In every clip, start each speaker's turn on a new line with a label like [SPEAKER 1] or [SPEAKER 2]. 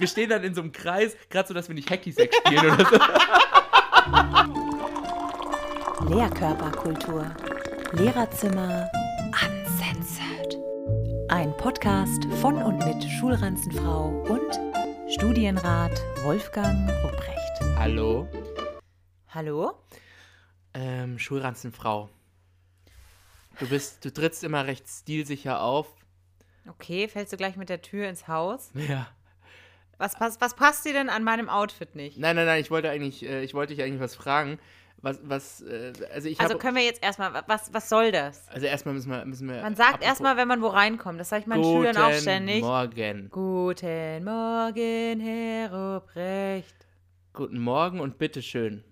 [SPEAKER 1] Wir stehen dann in so einem Kreis, gerade so, dass wir nicht Hacky-Sack spielen oder so.
[SPEAKER 2] Lehrkörperkultur. Lehrerzimmer uncensored. Ein Podcast von und mit Schulranzenfrau und Studienrat Wolfgang Rupprecht.
[SPEAKER 1] Hallo,
[SPEAKER 2] Hallo?
[SPEAKER 1] ähm, Schulranzenfrau. Du bist, du trittst immer recht stilsicher auf.
[SPEAKER 3] Okay, fällst du gleich mit der Tür ins Haus?
[SPEAKER 1] Ja.
[SPEAKER 3] Was, pass, was passt dir denn an meinem Outfit nicht?
[SPEAKER 1] Nein, nein, nein, ich wollte eigentlich, äh, ich wollte dich eigentlich was fragen. Was, was, äh, also ich
[SPEAKER 3] also
[SPEAKER 1] habe,
[SPEAKER 3] können wir jetzt erstmal, wa- was, was soll das?
[SPEAKER 1] also erstmal müssen wir, müssen wir.
[SPEAKER 3] Man sagt
[SPEAKER 1] apropos-
[SPEAKER 3] erstmal, wenn man wo reinkommt. Das sage ich meinen Schülern auch
[SPEAKER 1] Guten
[SPEAKER 3] ständig.
[SPEAKER 1] Morgen.
[SPEAKER 3] Guten Morgen, Herr Ruprecht.
[SPEAKER 1] Guten Morgen und bitteschön.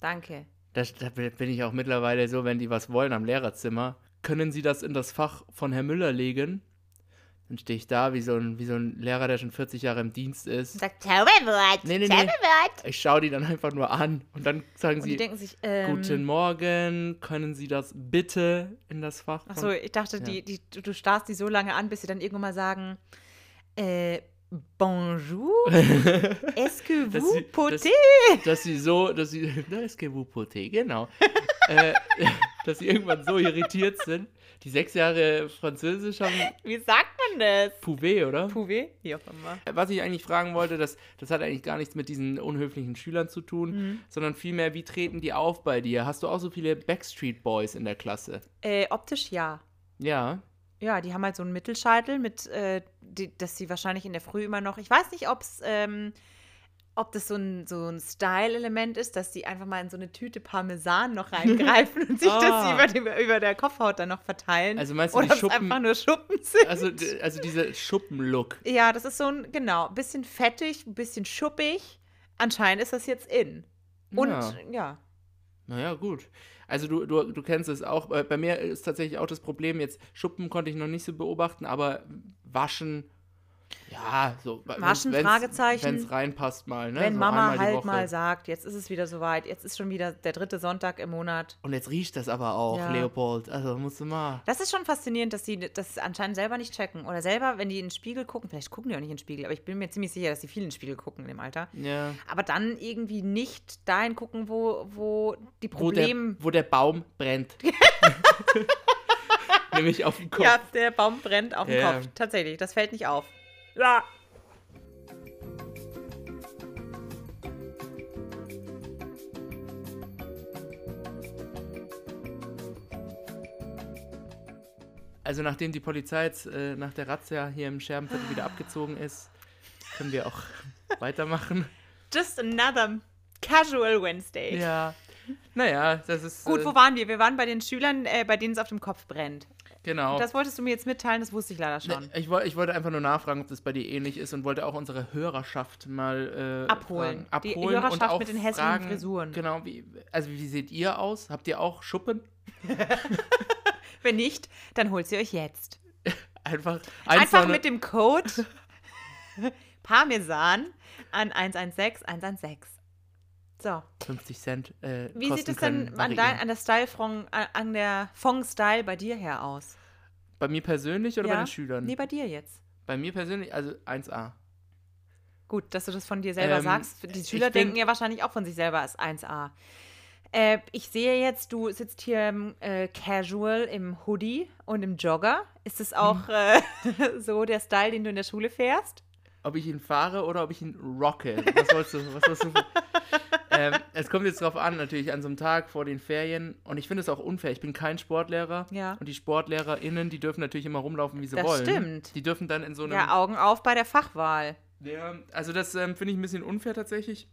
[SPEAKER 3] Danke.
[SPEAKER 1] Das, da bin ich auch mittlerweile so, wenn die was wollen am Lehrerzimmer. Können Sie das in das Fach von Herr Müller legen? Dann stehe ich da wie so, ein, wie so ein Lehrer, der schon 40 Jahre im Dienst ist.
[SPEAKER 3] Sagt Zauberwort.
[SPEAKER 1] Nee, nee, nee.
[SPEAKER 3] Zauberwort.
[SPEAKER 1] Ich schaue die dann einfach nur an und dann sagen
[SPEAKER 3] Und die
[SPEAKER 1] sie,
[SPEAKER 3] denken sich, ähm,
[SPEAKER 1] guten Morgen, können Sie das bitte in das Fach?
[SPEAKER 3] Achso,
[SPEAKER 1] von-
[SPEAKER 3] ich dachte,
[SPEAKER 1] Ja.
[SPEAKER 3] die, die, du- du starrst die so lange an, bis sie dann irgendwann mal sagen, äh, Bonjour, est-ce que
[SPEAKER 1] Dass
[SPEAKER 3] vous
[SPEAKER 1] sie- dass-
[SPEAKER 3] potez?
[SPEAKER 1] Dass sie so, dass sie, na, es gibt Wupote, genau. äh, dass sie irgendwann so irritiert sind. Die sechs Jahre Französisch haben
[SPEAKER 3] Wie sagt man das?
[SPEAKER 1] Pouvet, oder?
[SPEAKER 3] Pouvé? Wie auch immer.
[SPEAKER 1] Was ich eigentlich fragen wollte, das, das hat eigentlich gar nichts mit diesen unhöflichen Schülern zu
[SPEAKER 3] Mhm.
[SPEAKER 1] tun, sondern vielmehr, wie treten die auf bei dir? Hast du auch so viele Backstreet Boys in der Klasse?
[SPEAKER 3] Äh, optisch ja.
[SPEAKER 1] Ja.
[SPEAKER 3] Ja, die haben halt so einen Mittelscheitel, mit, äh, die, dass sie wahrscheinlich in der Früh immer noch. Ich weiß nicht, ob's, ähm, ob das so ein, so ein Style-Element ist, dass die einfach mal in so eine Tüte Parmesan noch reingreifen und sich
[SPEAKER 1] Ah.
[SPEAKER 3] das über, dem, über der Kopfhaut dann noch verteilen.
[SPEAKER 1] Also meinst du,
[SPEAKER 3] Oder
[SPEAKER 1] die
[SPEAKER 3] ob's
[SPEAKER 1] Schuppen,
[SPEAKER 3] einfach nur Schuppen sind.
[SPEAKER 1] also, d- also dieser Schuppenlook.
[SPEAKER 3] ja, das ist so ein, genau, ein bisschen fettig, ein bisschen schuppig. Anscheinend ist das jetzt in. Und
[SPEAKER 1] Ja.
[SPEAKER 3] ja.
[SPEAKER 1] Naja, gut. Also du, du, du kennst es auch. Äh, Bei mir ist tatsächlich auch das Problem, jetzt Schuppen konnte ich noch nicht so beobachten, aber waschen, ja, so.
[SPEAKER 3] Waschen, Fragezeichen.
[SPEAKER 1] Wenn es reinpasst mal, ne?
[SPEAKER 3] Wenn
[SPEAKER 1] so
[SPEAKER 3] Mama
[SPEAKER 1] einmal die
[SPEAKER 3] halt
[SPEAKER 1] Woche.
[SPEAKER 3] mal sagt, jetzt ist es wieder soweit, jetzt ist schon wieder der dritte Sonntag im Monat.
[SPEAKER 1] Und jetzt riecht das aber auch,
[SPEAKER 3] Ja.
[SPEAKER 1] Leopold. Also musst du mal.
[SPEAKER 3] Das ist schon faszinierend, dass sie das anscheinend selber nicht checken. Oder selber, wenn die in den Spiegel gucken, vielleicht gucken die auch nicht in den Spiegel, aber ich bin mir ziemlich sicher, dass die viel in den Spiegel gucken in dem Alter.
[SPEAKER 1] Ja.
[SPEAKER 3] Aber dann irgendwie nicht dahin gucken, wo, wo die
[SPEAKER 1] Wo der,
[SPEAKER 3] Probleme.
[SPEAKER 1] wo der Baum brennt. Nämlich auf dem Kopf.
[SPEAKER 3] Ja, der Baum brennt auf dem
[SPEAKER 1] Ja.
[SPEAKER 3] Kopf. Tatsächlich, das fällt nicht auf. Ja.
[SPEAKER 1] Also nachdem die Polizei jetzt äh, nach der Razzia hier im Scherbenviertel wieder abgezogen ist, können wir auch weitermachen.
[SPEAKER 3] Just another casual Wednesday.
[SPEAKER 1] Ja. Naja, das ist.
[SPEAKER 3] Gut,
[SPEAKER 1] äh,
[SPEAKER 3] wo waren wir? Wir waren bei den Schülern, äh, bei denen es auf dem Kopf brennt.
[SPEAKER 1] Genau.
[SPEAKER 3] Das wolltest du mir jetzt mitteilen, das wusste ich leider schon.
[SPEAKER 1] Ne, ich, woll, ich wollte einfach nur nachfragen, ob das bei dir ähnlich ist und wollte auch unsere Hörerschaft mal äh,
[SPEAKER 3] Abholen.
[SPEAKER 1] Fragen.
[SPEAKER 3] Die
[SPEAKER 1] abholen und
[SPEAKER 3] Hörerschaft
[SPEAKER 1] auch
[SPEAKER 3] mit den hässlichen
[SPEAKER 1] fragen,
[SPEAKER 3] Frisuren.
[SPEAKER 1] Genau, wie, also wie seht ihr aus? Habt ihr auch Schuppen?
[SPEAKER 3] Wenn nicht, dann holt sie euch jetzt.
[SPEAKER 1] Einfach,
[SPEAKER 3] Einfach mit dem Code Parmesan an 116 116. So,
[SPEAKER 1] 50 Cent. Äh,
[SPEAKER 3] wie
[SPEAKER 1] kosten
[SPEAKER 3] sieht es
[SPEAKER 1] können,
[SPEAKER 3] denn an,
[SPEAKER 1] variieren.
[SPEAKER 3] dein, an der Style von, an- an der Fong Style bei dir her aus?
[SPEAKER 1] Bei mir persönlich oder bei
[SPEAKER 3] Ja?
[SPEAKER 1] den Schülern?
[SPEAKER 3] Nee, bei dir jetzt.
[SPEAKER 1] bei mir persönlich, also 1A.
[SPEAKER 3] Gut, dass du das von dir selber
[SPEAKER 1] Ähm,
[SPEAKER 3] sagst. Die
[SPEAKER 1] ich
[SPEAKER 3] Schüler
[SPEAKER 1] bin-
[SPEAKER 3] denken ja wahrscheinlich auch von sich selber als 1A. Äh, ich sehe jetzt, du sitzt hier ähm, äh, casual im Hoodie und im Jogger. Ist das
[SPEAKER 1] Hm.
[SPEAKER 3] auch äh, so der Style, den du in der Schule fährst?
[SPEAKER 1] ob ich ihn fahre oder ob ich ihn rocke. Was wolltest du? Was wolltest du? ähm, es kommt jetzt drauf an, natürlich an so einem Tag vor den Ferien. Und ich finde es auch unfair. Ich bin kein Sportlehrer.
[SPEAKER 3] Ja.
[SPEAKER 1] Und die SportlehrerInnen, die dürfen natürlich immer rumlaufen, wie sie
[SPEAKER 3] Das
[SPEAKER 1] wollen.
[SPEAKER 3] stimmt.
[SPEAKER 1] Die dürfen dann in so einem.
[SPEAKER 3] Ja, Augen auf bei der Fachwahl.
[SPEAKER 1] Ja, also das ähm, finde ich ein bisschen unfair tatsächlich.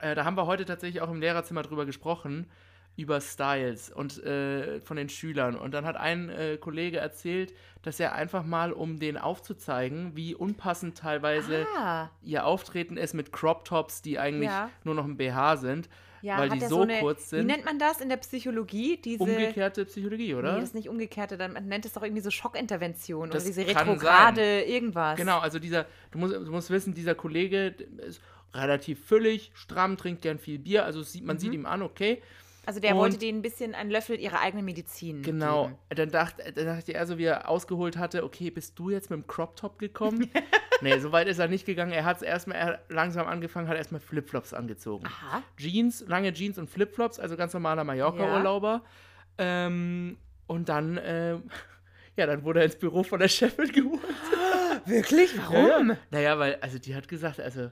[SPEAKER 1] Äh, da haben wir heute tatsächlich auch im Lehrerzimmer drüber gesprochen, über Styles und äh, von den Schülern. Und dann hat ein äh, Kollege erzählt, dass er einfach mal, um denen aufzuzeigen, wie unpassend teilweise
[SPEAKER 3] Ah,
[SPEAKER 1] ihr Auftreten ist mit Crop Tops, die eigentlich
[SPEAKER 3] Ja.
[SPEAKER 1] nur noch ein BH sind,
[SPEAKER 3] ja,
[SPEAKER 1] weil
[SPEAKER 3] hat
[SPEAKER 1] die
[SPEAKER 3] er
[SPEAKER 1] so,
[SPEAKER 3] so eine,
[SPEAKER 1] kurz
[SPEAKER 3] Wie
[SPEAKER 1] sind.
[SPEAKER 3] nennt man das in der Psychologie? Diese
[SPEAKER 1] Umgekehrte Psychologie,
[SPEAKER 3] Nee,
[SPEAKER 1] oder?
[SPEAKER 3] das ist nicht umgekehrte, dann man nennt es doch irgendwie so Schockintervention
[SPEAKER 1] Das
[SPEAKER 3] oder diese
[SPEAKER 1] kann
[SPEAKER 3] Retrograde, irgendwas.
[SPEAKER 1] genau, also dieser, du musst, du musst wissen, dieser
[SPEAKER 3] Mhm.
[SPEAKER 1] Kollege ist relativ füllig, stramm, trinkt gern viel Bier, also sieht, man sieht ihm an, okay.
[SPEAKER 3] Also der
[SPEAKER 1] Und-
[SPEAKER 3] wollte denen ein bisschen einen Löffel ihrer eigenen Medizin.
[SPEAKER 1] Genau.
[SPEAKER 3] Geben.
[SPEAKER 1] Dann dachte, dann dachte er so, wie er ausgeholt hatte, okay, bist du jetzt mit dem Crop Top gekommen? nee, so weit ist er nicht gegangen. Er hat es erstmal er hat langsam angefangen, hat erstmal Flipflops angezogen.
[SPEAKER 3] Aha.
[SPEAKER 1] Jeans, lange Jeans und Flipflops, also ganz normaler Mallorca-Urlauber. Ähm, und dann, ähm, ja, dann wurde er ins Büro von der Chefin geholt.
[SPEAKER 3] Wirklich?
[SPEAKER 1] Ja, ja. Naja, weil, also die hat gesagt, also,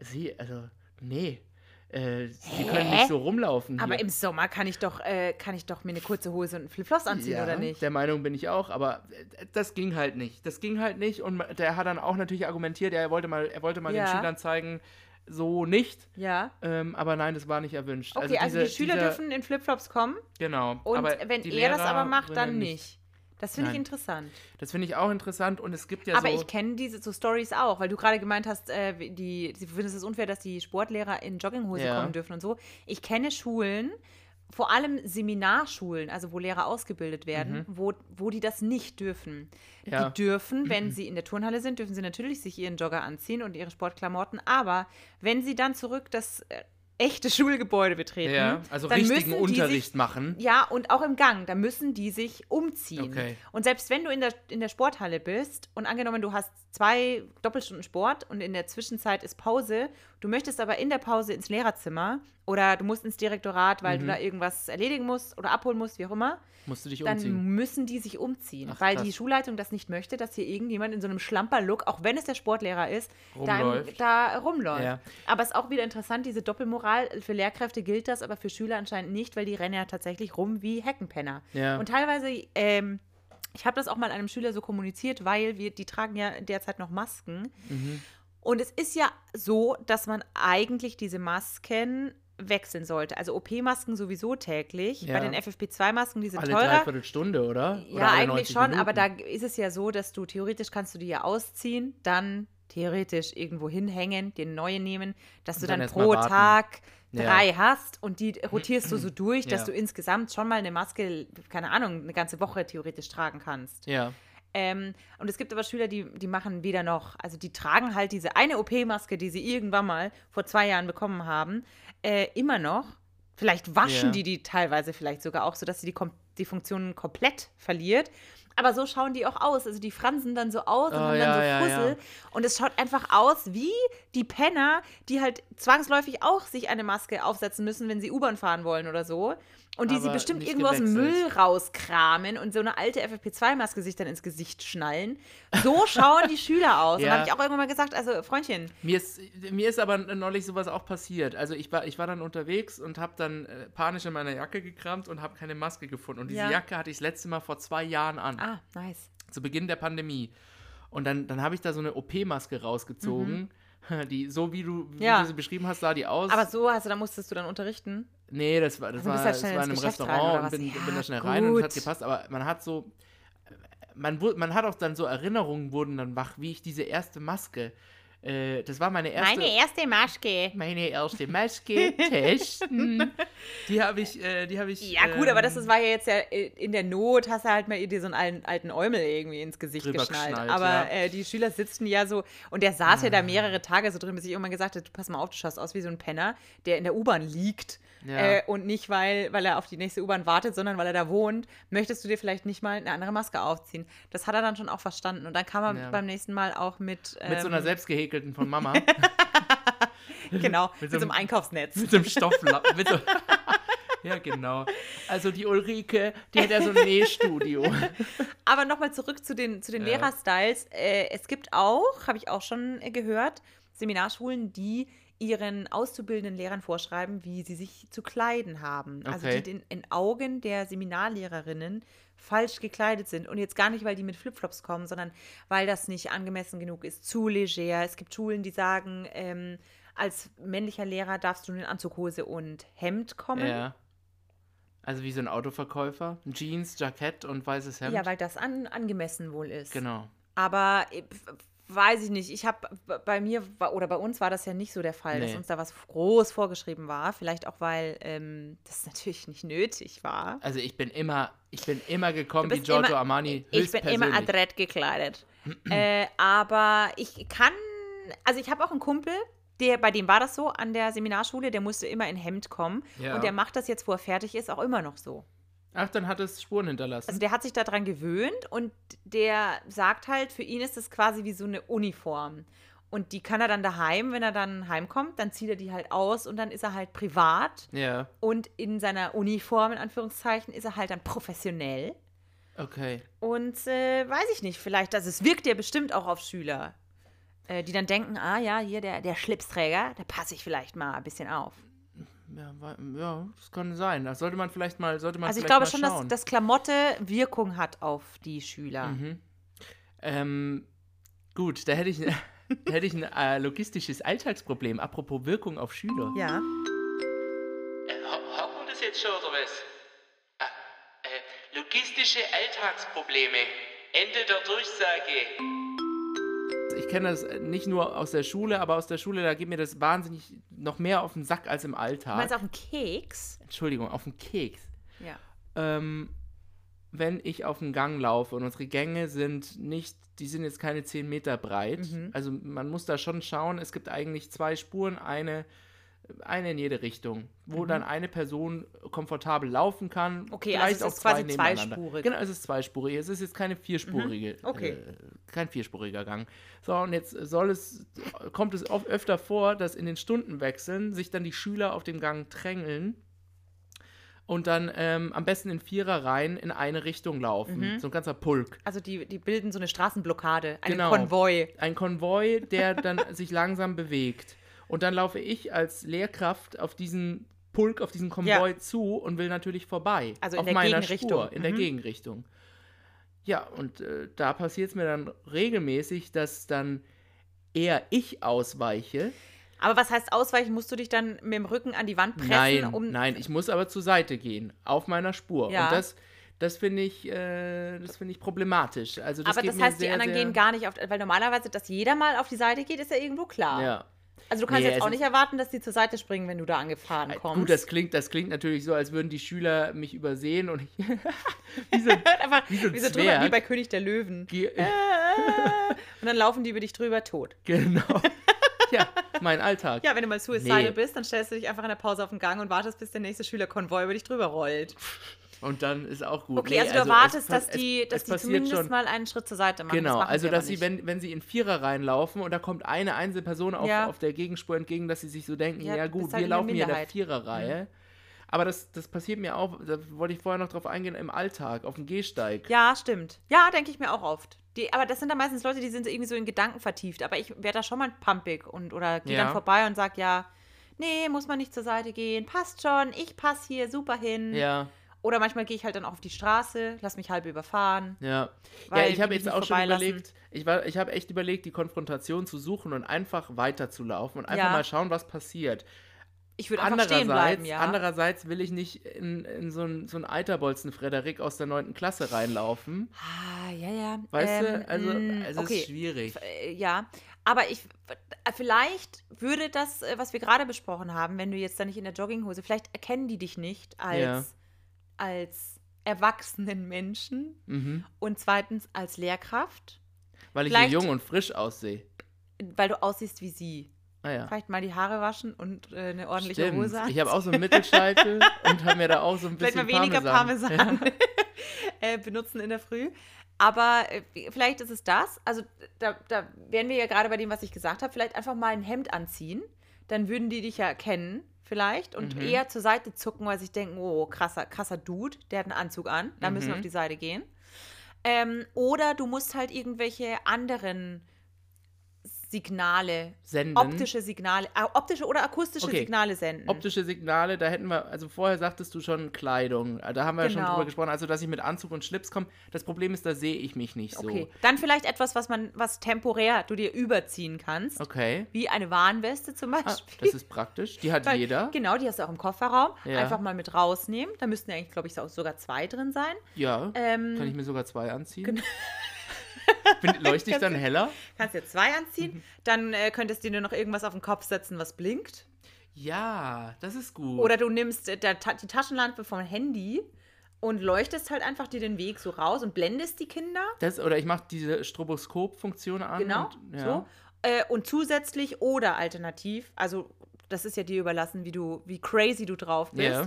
[SPEAKER 1] sie, also, nee, äh, sie können
[SPEAKER 3] Hä?
[SPEAKER 1] nicht so rumlaufen.
[SPEAKER 3] Aber
[SPEAKER 1] hier.
[SPEAKER 3] im Sommer kann ich doch, äh, kann ich doch mir eine kurze Hose und einen Flipflops anziehen,
[SPEAKER 1] Ja,
[SPEAKER 3] oder nicht?
[SPEAKER 1] Der Meinung bin ich auch, aber äh, das ging halt nicht. Das ging halt nicht und ma- der hat dann auch natürlich argumentiert, er wollte mal, er wollte mal
[SPEAKER 3] Ja.
[SPEAKER 1] den Schülern zeigen, so nicht.
[SPEAKER 3] Ja.
[SPEAKER 1] Ähm, aber nein, das war nicht erwünscht.
[SPEAKER 3] Okay, also,
[SPEAKER 1] diese-
[SPEAKER 3] die Schüler
[SPEAKER 1] dieser-
[SPEAKER 3] dürfen in Flipflops kommen
[SPEAKER 1] Genau.
[SPEAKER 3] und
[SPEAKER 1] aber
[SPEAKER 3] wenn
[SPEAKER 1] die
[SPEAKER 3] er das aber macht,
[SPEAKER 1] Lehrerinnen
[SPEAKER 3] dann nicht. Das finde ich
[SPEAKER 1] Nein.
[SPEAKER 3] interessant.
[SPEAKER 1] Das finde ich auch interessant und es gibt ja
[SPEAKER 3] aber
[SPEAKER 1] so.
[SPEAKER 3] ich kenne diese so Stories auch, weil du gerade gemeint hast, äh, wie die, sie finden es unfair, dass die Sportlehrer in Jogginghose
[SPEAKER 1] Ja.
[SPEAKER 3] kommen dürfen und so. Ich kenne Schulen, vor allem Seminarschulen, also wo Lehrer ausgebildet werden, wo, wo die das nicht dürfen.
[SPEAKER 1] Mhm. Ja.
[SPEAKER 3] Die dürfen, wenn sie in der Turnhalle sind, dürfen sie natürlich sich ihren Jogger anziehen und ihre Sportklamotten, aber wenn sie dann zurück das äh, echte Schulgebäude betreten,
[SPEAKER 1] ja, also
[SPEAKER 3] dann
[SPEAKER 1] richtigen
[SPEAKER 3] müssen die
[SPEAKER 1] Unterricht
[SPEAKER 3] sich
[SPEAKER 1] machen.
[SPEAKER 3] ja, und auch im Gang, da müssen die sich umziehen.
[SPEAKER 1] Okay.
[SPEAKER 3] Und selbst wenn du in der, in der Sporthalle bist und angenommen, du hast zwei Doppelstunden Sport und in der Zwischenzeit ist Pause, du möchtest aber in der Pause ins Lehrerzimmer oder du musst ins Direktorat, weil du
[SPEAKER 1] Mhm.
[SPEAKER 3] da irgendwas erledigen musst oder abholen musst, wie auch immer,
[SPEAKER 1] Musst du dich
[SPEAKER 3] dann
[SPEAKER 1] umziehen.
[SPEAKER 3] müssen die sich umziehen,
[SPEAKER 1] Ach,
[SPEAKER 3] weil
[SPEAKER 1] krass.
[SPEAKER 3] die Schulleitung das nicht möchte, dass hier irgendjemand in so einem Schlamperlook, auch wenn es der Sportlehrer ist, da,
[SPEAKER 1] Rumläuft.
[SPEAKER 3] da rumläuft.
[SPEAKER 1] Ja.
[SPEAKER 3] Aber es ist auch wieder interessant, diese Doppelmoral. Für Lehrkräfte gilt das, aber für Schüler anscheinend nicht, weil die rennen ja tatsächlich rum wie Heckenpenner.
[SPEAKER 1] Ja.
[SPEAKER 3] Und teilweise, ähm, ich habe das auch mal einem Schüler so kommuniziert, weil wir, die tragen ja derzeit noch Masken.
[SPEAKER 1] mhm.
[SPEAKER 3] Und es ist ja so, dass man eigentlich diese Masken wechseln sollte. Also OP-Masken sowieso täglich.
[SPEAKER 1] Ja.
[SPEAKER 3] Bei den FFP2-Masken, die sind
[SPEAKER 1] alle
[SPEAKER 3] teurer.
[SPEAKER 1] dreiviertel Stunde, oder? oder
[SPEAKER 3] Ja,
[SPEAKER 1] alle 90
[SPEAKER 3] eigentlich schon,
[SPEAKER 1] Minuten.
[SPEAKER 3] aber da ist es ja so, dass du theoretisch kannst du die ja ausziehen, dann theoretisch irgendwo hinhängen, den neuen nehmen, dass du
[SPEAKER 1] dann
[SPEAKER 3] dann,
[SPEAKER 1] erst mal
[SPEAKER 3] pro
[SPEAKER 1] warten.
[SPEAKER 3] Tag
[SPEAKER 1] Ja.
[SPEAKER 3] drei hast und die rotierst du so durch, dass
[SPEAKER 1] Ja.
[SPEAKER 3] du insgesamt schon mal eine Maske, keine Ahnung, eine ganze Woche theoretisch tragen kannst.
[SPEAKER 1] Ja.
[SPEAKER 3] Ähm, und es gibt aber Schüler, die, die machen weder noch. Also die tragen halt diese eine OP-Maske, die sie irgendwann mal vor zwei Jahren bekommen haben, äh, immer noch. Vielleicht waschen
[SPEAKER 1] Ja.
[SPEAKER 3] die die teilweise vielleicht sogar auch, sodass sie die, kom- die Funktionen komplett verliert. Aber so schauen die auch aus. Also die fransen dann so aus und
[SPEAKER 1] Oh,
[SPEAKER 3] haben
[SPEAKER 1] ja, ja,
[SPEAKER 3] dann so Fussel.
[SPEAKER 1] ja.
[SPEAKER 3] Und es schaut einfach aus wie die Penner, die halt zwangsläufig auch sich eine Maske aufsetzen müssen, wenn sie U-Bahn fahren wollen oder so. Und die sie
[SPEAKER 1] Aber
[SPEAKER 3] bestimmt
[SPEAKER 1] nicht
[SPEAKER 3] irgendwo aus dem
[SPEAKER 1] gewechselt.
[SPEAKER 3] Müll rauskramen und so eine alte FFP2-Maske sich dann ins Gesicht schnallen. So schauen die Schüler aus. Und
[SPEAKER 1] Ja.
[SPEAKER 3] habe ich auch irgendwann mal gesagt, also Freundchen,
[SPEAKER 1] Mir ist, mir ist aber neulich sowas auch passiert. Also ich war, ich war dann unterwegs und habe dann äh, panisch in meiner Jacke gekramt und habe keine Maske gefunden. Und diese
[SPEAKER 3] Ja.
[SPEAKER 1] Jacke hatte ich das letzte Mal vor zwei Jahren an,
[SPEAKER 3] ah, nice.
[SPEAKER 1] zu Beginn der Pandemie. Und dann, dann habe ich da so eine OP-Maske rausgezogen. Die, so wie du, wie
[SPEAKER 3] Mhm. Ja.
[SPEAKER 1] du sie beschrieben hast, sah die aus.
[SPEAKER 3] Aber so hast du, da musstest du dann unterrichten.
[SPEAKER 1] Nee, das war, das
[SPEAKER 3] Also bist
[SPEAKER 1] war,
[SPEAKER 3] halt
[SPEAKER 1] das
[SPEAKER 3] schnell
[SPEAKER 1] war in
[SPEAKER 3] ins
[SPEAKER 1] einem
[SPEAKER 3] Geschäft rein,
[SPEAKER 1] Restaurant
[SPEAKER 3] oder
[SPEAKER 1] und bin,
[SPEAKER 3] was?
[SPEAKER 1] bin da
[SPEAKER 3] Ja,
[SPEAKER 1] schnell rein und es hat
[SPEAKER 3] gut.
[SPEAKER 1] gepasst, aber man hat so. Man, wu- man hat auch dann so Erinnerungen wurden dann wach, wie ich diese erste Maske. Äh, das war meine erste.
[SPEAKER 3] Meine erste Maske.
[SPEAKER 1] meine erste Maske testen. Die habe ich, äh, die habe ich.
[SPEAKER 3] Ja, gut, aber das
[SPEAKER 1] ähm,
[SPEAKER 3] ist- war ja jetzt ja äh, in der Not, hast du halt mal dir so einen alten, alten Eumel irgendwie ins Gesicht
[SPEAKER 1] Drüber
[SPEAKER 3] geschnallt.
[SPEAKER 1] geschnallt,
[SPEAKER 3] aber
[SPEAKER 1] ja. Ah.
[SPEAKER 3] äh, die Schüler sitzen ja so und der saß ja da mehrere Tage so drin, bis ich irgendwann gesagt habe, pass mal auf, du schaust aus wie so ein Penner, der in der U-Bahn liegt.
[SPEAKER 1] Ja.
[SPEAKER 3] Äh, und nicht, weil, weil er auf die nächste U-Bahn wartet, sondern weil er da wohnt, möchtest du dir vielleicht nicht mal eine andere Maske aufziehen. Das hat er dann schon auch verstanden. Und dann kam er
[SPEAKER 1] Ja.
[SPEAKER 3] beim nächsten Mal auch mit, ähm,
[SPEAKER 1] Mit so einer selbstgehäkelten von Mama.
[SPEAKER 3] genau,
[SPEAKER 1] mit
[SPEAKER 3] mit
[SPEAKER 1] so
[SPEAKER 3] so einem
[SPEAKER 1] einem-
[SPEAKER 3] Einkaufsnetz.
[SPEAKER 1] mit so einem Stofflappen. Mit so ja, genau. Also die Ulrike, die hat ja so ein Nähstudio.
[SPEAKER 3] Aber nochmal zurück zu den, zu den
[SPEAKER 1] Ja.
[SPEAKER 3] Lehrerstyles. Äh, es gibt auch, habe ich auch schon äh, gehört, Seminarschulen, die ihren auszubildenden Lehrern vorschreiben, wie sie sich zu kleiden haben. Also
[SPEAKER 1] Okay.
[SPEAKER 3] die den, in Augen der Seminarlehrerinnen falsch gekleidet sind. Und jetzt gar nicht, weil die mit Flipflops kommen, sondern weil das nicht angemessen genug ist, zu leger. Es gibt Schulen, die sagen, ähm, als männlicher Lehrer darfst du nur in Anzughose und Hemd kommen.
[SPEAKER 1] Ja. Also wie so ein Autoverkäufer. Jeans, Jackett und weißes Hemd.
[SPEAKER 3] Ja, weil das an, angemessen wohl ist.
[SPEAKER 1] genau.
[SPEAKER 3] Aber äh, f- weiß ich nicht. Ich habe bei mir wa- oder bei uns war das ja nicht so der Fall, dass
[SPEAKER 1] Nee.
[SPEAKER 3] uns da was groß vorgeschrieben war. Vielleicht auch, weil ähm, das natürlich nicht nötig war.
[SPEAKER 1] Also ich bin immer, ich bin immer gekommen wie
[SPEAKER 3] bist
[SPEAKER 1] Giorgio
[SPEAKER 3] immer-
[SPEAKER 1] Armani.
[SPEAKER 3] Ich bin immer
[SPEAKER 1] höchstpersönlich.
[SPEAKER 3] adrett gekleidet. äh, aber ich kann, also ich habe auch einen Kumpel, der, bei dem war das so an der Seminarschule, der musste immer in Hemd kommen.
[SPEAKER 1] Ja.
[SPEAKER 3] Und der macht das jetzt, wo er fertig ist, auch immer noch so.
[SPEAKER 1] Ach, dann hat es Spuren hinterlassen.
[SPEAKER 3] Also der hat sich daran gewöhnt und der sagt halt, für ihn ist das quasi wie so eine Uniform. Und die kann er dann daheim, wenn er dann heimkommt, dann zieht er die halt aus und dann ist er halt privat.
[SPEAKER 1] ja,
[SPEAKER 3] Und in seiner Uniform, in Anführungszeichen, ist er halt dann professionell.
[SPEAKER 1] okay.
[SPEAKER 3] Und äh, weiß ich nicht, vielleicht, also es wirkt ja bestimmt auch auf Schüler, äh, die dann denken, ah ja, hier der, der Schlipsträger, da passe ich vielleicht mal ein bisschen auf.
[SPEAKER 1] Ja, wa- ja, das kann sein. Das sollte man vielleicht mal, sollte man
[SPEAKER 3] also ich
[SPEAKER 1] vielleicht mal
[SPEAKER 3] glaube schon, dass,
[SPEAKER 1] schauen.
[SPEAKER 3] dass Klamotte Wirkung hat auf die Schüler.
[SPEAKER 1] Mhm. Ähm, gut, da hätte ich, da hätte ich ein äh, logistisches Alltagsproblem. Apropos Wirkung auf Schüler.
[SPEAKER 3] Ja.
[SPEAKER 4] Äh, Hocken das jetzt schon oder was? Ah, äh, logistische Alltagsprobleme. Ende der Durchsage.
[SPEAKER 1] Ich kenne das äh, nicht nur aus der Schule, aber aus der Schule, da geht mir das wahnsinnig noch mehr auf den Sack als im
[SPEAKER 3] Du meinst
[SPEAKER 1] Alltag.
[SPEAKER 3] auf den Keks?
[SPEAKER 1] Entschuldigung, auf den Keks.
[SPEAKER 3] Ja.
[SPEAKER 1] ähm, wenn ich auf den Gang laufe und unsere Gänge sind nicht, die sind jetzt keine 10 Meter breit.
[SPEAKER 3] Mhm.
[SPEAKER 1] Also man muss da schon schauen, es gibt eigentlich zwei Spuren, eine, eine in jede Richtung, wo dann eine Person komfortabel laufen kann.
[SPEAKER 3] Mhm. Okay, also es ist quasi
[SPEAKER 1] nebeneinander.
[SPEAKER 3] zweispurig. Mhm.
[SPEAKER 1] Genau, es ist zweispurig. Es ist jetzt keine vierspurige,
[SPEAKER 3] Okay.
[SPEAKER 1] äh, kein vierspuriger Gang. So, und jetzt soll es, kommt es oft öfter vor, dass in den Stundenwechseln sich dann die Schüler auf dem Gang drängeln und dann ähm, am besten in Viererreihen in eine Richtung laufen.
[SPEAKER 3] Mhm.
[SPEAKER 1] So ein ganzer Pulk.
[SPEAKER 3] Also die, die bilden so eine Straßenblockade, einen
[SPEAKER 1] Genau.
[SPEAKER 3] Konvoi.
[SPEAKER 1] Ein Konvoi, der dann sich langsam bewegt. Und dann laufe ich als Lehrkraft auf diesen Pulk, auf diesen Konvoi zu und will natürlich vorbei.
[SPEAKER 3] Also in
[SPEAKER 1] auf
[SPEAKER 3] der
[SPEAKER 1] meiner
[SPEAKER 3] Gegenrichtung.
[SPEAKER 1] Spur, in der
[SPEAKER 3] Mhm.
[SPEAKER 1] Gegenrichtung. Ja, und äh, da passiert es mir dann regelmäßig, dass dann eher ich ausweiche.
[SPEAKER 3] Aber was heißt ausweichen? Musst du dich dann mit dem Rücken an die Wand pressen?
[SPEAKER 1] Nein,
[SPEAKER 3] um
[SPEAKER 1] nein, ich muss aber zur Seite gehen, auf meiner Spur.
[SPEAKER 3] Ja.
[SPEAKER 1] Und das, das finde ich, äh, das finde ich problematisch. Also das
[SPEAKER 3] aber
[SPEAKER 1] geht
[SPEAKER 3] das
[SPEAKER 1] mir
[SPEAKER 3] heißt,
[SPEAKER 1] sehr,
[SPEAKER 3] die anderen
[SPEAKER 1] sehr,
[SPEAKER 3] gehen gar nicht auf, weil normalerweise, dass jeder mal auf die Seite geht, ist ja irgendwo klar.
[SPEAKER 1] Ja.
[SPEAKER 3] Also du kannst
[SPEAKER 1] Nee,
[SPEAKER 3] jetzt auch
[SPEAKER 1] es
[SPEAKER 3] nicht erwarten, dass die zur Seite springen, wenn du da angefahren kommst.
[SPEAKER 1] Gut, Äh, das klingt, das klingt natürlich so, als würden die Schüler mich übersehen und ich wie so,
[SPEAKER 3] Einfach
[SPEAKER 1] wie so ein
[SPEAKER 3] wie so drüber, wie
[SPEAKER 1] Zwerg.
[SPEAKER 3] bei König der Löwen. Ah.
[SPEAKER 1] ge-
[SPEAKER 3] Und dann laufen die über dich drüber tot.
[SPEAKER 1] genau. Ja, mein Alltag.
[SPEAKER 3] Ja, wenn du mal suicidal
[SPEAKER 1] Nee.
[SPEAKER 3] bist, dann stellst du dich einfach in der Pause auf den Gang und wartest, bis der nächste Schülerkonvoi über dich drüber rollt.
[SPEAKER 1] Und dann ist auch gut.
[SPEAKER 3] Okay,
[SPEAKER 1] Nee,
[SPEAKER 3] also du
[SPEAKER 1] es
[SPEAKER 3] erwartest,
[SPEAKER 1] pass-
[SPEAKER 3] dass die,
[SPEAKER 1] es-
[SPEAKER 3] dass
[SPEAKER 1] es
[SPEAKER 3] die
[SPEAKER 1] passiert
[SPEAKER 3] zumindest
[SPEAKER 1] schon.
[SPEAKER 3] mal einen Schritt zur Seite machen.
[SPEAKER 1] Genau,
[SPEAKER 3] das machen
[SPEAKER 1] also
[SPEAKER 3] aber
[SPEAKER 1] dass sie,
[SPEAKER 3] nicht.
[SPEAKER 1] wenn, wenn sie in Vierer reinlaufen und da kommt eine einzelne Person auf,
[SPEAKER 3] Ja.
[SPEAKER 1] auf der Gegenspur entgegen, dass sie sich so denken,
[SPEAKER 3] Ja,
[SPEAKER 1] ja,
[SPEAKER 3] du
[SPEAKER 1] gut,
[SPEAKER 3] bist halt
[SPEAKER 1] wir
[SPEAKER 3] in der
[SPEAKER 1] laufen hier in der
[SPEAKER 3] Minderheit. Mhm.
[SPEAKER 1] Viererreihe. Aber das, das passiert mir auch, da wollte ich vorher noch drauf eingehen, im Alltag, auf dem Gehsteig.
[SPEAKER 3] Ja, stimmt. Ja, denke ich mir auch oft. Die, aber das sind dann meistens Leute, die sind irgendwie so in Gedanken vertieft. Aber ich werde da schon mal pumpig und oder gehe
[SPEAKER 1] Ja.
[SPEAKER 3] dann vorbei und sage, ja, nee, muss man nicht zur Seite gehen, passt schon, ich passe hier super hin.
[SPEAKER 1] Ja,
[SPEAKER 3] Oder manchmal gehe ich halt dann auch auf die Straße, lass mich halb überfahren.
[SPEAKER 1] ja.
[SPEAKER 3] Weil
[SPEAKER 1] ja, ich habe
[SPEAKER 3] die
[SPEAKER 1] jetzt
[SPEAKER 3] mich nicht
[SPEAKER 1] auch schon
[SPEAKER 3] vorbeilassen.
[SPEAKER 1] überlegt, ich, war- ich habe echt überlegt, die Konfrontation zu suchen und einfach weiterzulaufen und einfach
[SPEAKER 3] Ja.
[SPEAKER 1] mal schauen, was passiert.
[SPEAKER 3] Ich würde einfach
[SPEAKER 1] Andererseits,
[SPEAKER 3] stehen bleiben, ja.
[SPEAKER 1] andererseits will ich nicht in, in so einen so einen Eiterbolzen-Frederik aus der 9. Klasse reinlaufen.
[SPEAKER 3] Ah, ja, ja.
[SPEAKER 1] Weißt
[SPEAKER 3] Ähm,
[SPEAKER 1] du, also
[SPEAKER 3] mm,
[SPEAKER 1] es ist schwierig.
[SPEAKER 3] Äh, Ja, aber ich äh, vielleicht würde das, äh, was wir gerade besprochen haben, wenn du jetzt da nicht in der Jogginghose, vielleicht erkennen die dich nicht als,
[SPEAKER 1] Ja.
[SPEAKER 3] als erwachsenen Menschen
[SPEAKER 1] Mhm.
[SPEAKER 3] und zweitens als Lehrkraft,
[SPEAKER 1] Weil ich
[SPEAKER 3] Vielleicht-
[SPEAKER 1] so jung und frisch aussehe.
[SPEAKER 3] weil du aussiehst wie sie.
[SPEAKER 1] Naja.
[SPEAKER 3] Vielleicht mal die Haare waschen und äh, eine ordentliche
[SPEAKER 1] Stimmt.
[SPEAKER 3] Hose an.
[SPEAKER 1] Ich habe auch so einen Mittelscheitel und habe mir da auch so ein
[SPEAKER 3] vielleicht
[SPEAKER 1] bisschen
[SPEAKER 3] mal weniger
[SPEAKER 1] Parmesan.
[SPEAKER 3] Parmesan, äh, benutzen in der Früh. Aber äh, vielleicht ist es das. Also da, da wären wir ja gerade bei dem, was ich gesagt habe. Vielleicht einfach mal ein Hemd anziehen. Dann würden die dich ja erkennen vielleicht und
[SPEAKER 1] Mhm.
[SPEAKER 3] eher zur Seite zucken, weil sie sich denken, oh, krasser, krasser Dude, der hat einen Anzug an. Da müssen wir
[SPEAKER 1] Mhm.
[SPEAKER 3] auf die Seite gehen. Ähm, oder du musst halt irgendwelche anderen Signale,
[SPEAKER 1] Senden.
[SPEAKER 3] optische Signale, äh, optische oder akustische
[SPEAKER 1] Okay.
[SPEAKER 3] Signale senden.
[SPEAKER 1] Optische Signale, da hätten wir, also vorher sagtest du schon Kleidung, Ah, da haben wir ja schon
[SPEAKER 3] Genau.
[SPEAKER 1] drüber gesprochen, also dass ich mit Anzug und Schlips komme. Das Problem ist, da sehe ich mich nicht so.
[SPEAKER 3] Okay. Dann vielleicht etwas, was man, was temporär du dir überziehen kannst.
[SPEAKER 1] Okay.
[SPEAKER 3] Wie eine Warnweste zum
[SPEAKER 1] Ah,
[SPEAKER 3] Beispiel.
[SPEAKER 1] das ist praktisch. Die hat
[SPEAKER 3] Weil-
[SPEAKER 1] jeder.
[SPEAKER 3] Genau, die hast du auch im Kofferraum.
[SPEAKER 1] Ja.
[SPEAKER 3] Einfach mal mit rausnehmen. Da müssten ja eigentlich, glaube ich, auch sogar zwei drin sein.
[SPEAKER 1] Ja.
[SPEAKER 3] Ähm, genau.
[SPEAKER 1] Kann ich mir sogar zwei anziehen? Bin, leuchte ich Mhm. dann heller?
[SPEAKER 3] Kannst dir zwei anziehen. Dann äh, könntest du dir noch irgendwas auf den Kopf setzen, was blinkt.
[SPEAKER 1] Ja, das ist gut.
[SPEAKER 3] Oder du nimmst äh, der, Ta- die Taschenlampe vom Handy und leuchtest halt einfach dir den Weg so raus und blendest die Kinder.
[SPEAKER 1] das, oder ich mache diese Stroboskop-Funktion an.
[SPEAKER 3] Genau.
[SPEAKER 1] Und, ja.
[SPEAKER 3] So. Äh, und zusätzlich oder alternativ, also das ist ja dir überlassen, wie du, wie crazy du drauf bist.
[SPEAKER 1] Ja.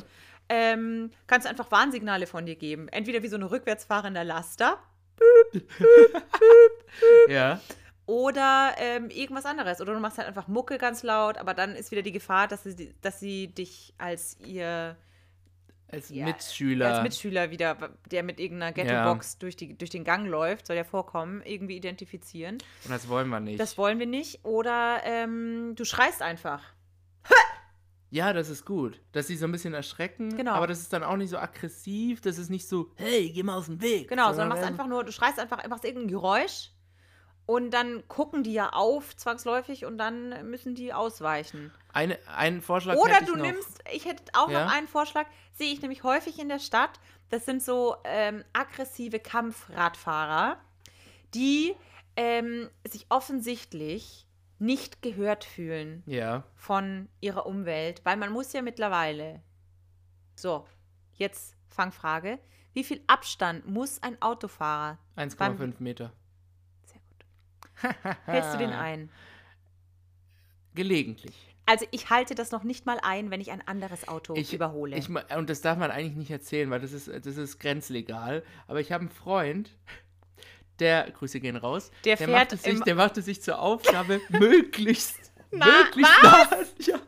[SPEAKER 3] Ähm, kannst du einfach Warnsignale von dir geben. Entweder wie so ein rückwärts fahrender Laster
[SPEAKER 1] Ja.
[SPEAKER 3] oder ähm, irgendwas anderes. Oder du machst halt einfach Mucke ganz laut, aber dann ist wieder die Gefahr, dass sie, dass sie dich als ihr
[SPEAKER 1] Als
[SPEAKER 3] Ja,
[SPEAKER 1] Mitschüler.
[SPEAKER 3] als Mitschüler wieder, der mit irgendeiner Ghetto-Box durch, die, durch den Gang läuft, soll ja vorkommen, irgendwie identifizieren.
[SPEAKER 1] Und das wollen wir nicht.
[SPEAKER 3] Das wollen wir nicht. Oder ähm, du schreist einfach.
[SPEAKER 1] ja, das ist gut. Dass sie so ein bisschen erschrecken.
[SPEAKER 3] Genau.
[SPEAKER 1] Aber das ist dann auch nicht so aggressiv. Das ist nicht so, hey, geh mal aus dem Weg.
[SPEAKER 3] Genau, sondern machst
[SPEAKER 1] ähm,
[SPEAKER 3] einfach nur, du schreist einfach, machst irgendein Geräusch und dann gucken die ja auf, zwangsläufig, und dann müssen die ausweichen.
[SPEAKER 1] Eine, einen Vorschlag
[SPEAKER 3] Oder
[SPEAKER 1] hätte ich
[SPEAKER 3] du
[SPEAKER 1] noch.
[SPEAKER 3] nimmst, ich hätte auch
[SPEAKER 1] Ja?
[SPEAKER 3] noch einen Vorschlag, sehe ich nämlich häufig in der Stadt, das sind so ähm, aggressive Kampfradfahrer, die ähm, sich offensichtlich nicht gehört fühlen
[SPEAKER 1] Ja.
[SPEAKER 3] von ihrer Umwelt, weil man muss ja mittlerweile. So, jetzt Fangfrage. Wie viel Abstand muss ein Autofahrer?
[SPEAKER 1] 1,5 Meter.
[SPEAKER 3] Sehr gut. Hältst du den
[SPEAKER 1] Ah.
[SPEAKER 3] ein?
[SPEAKER 1] Gelegentlich.
[SPEAKER 3] Also ich halte das noch nicht mal ein, wenn ich ein anderes Auto
[SPEAKER 1] Ich-
[SPEAKER 3] überhole.
[SPEAKER 1] Ich, ma- und das darf man eigentlich nicht erzählen, weil das ist, das ist grenzlegal. Aber ich habe einen Freund, der, Grüße gehen raus,
[SPEAKER 3] Der
[SPEAKER 1] der,
[SPEAKER 3] fährt
[SPEAKER 1] macht es sich,
[SPEAKER 3] im-
[SPEAKER 1] der macht es sich zur Aufgabe, möglichst,
[SPEAKER 3] Na,
[SPEAKER 1] möglichst was? Ja,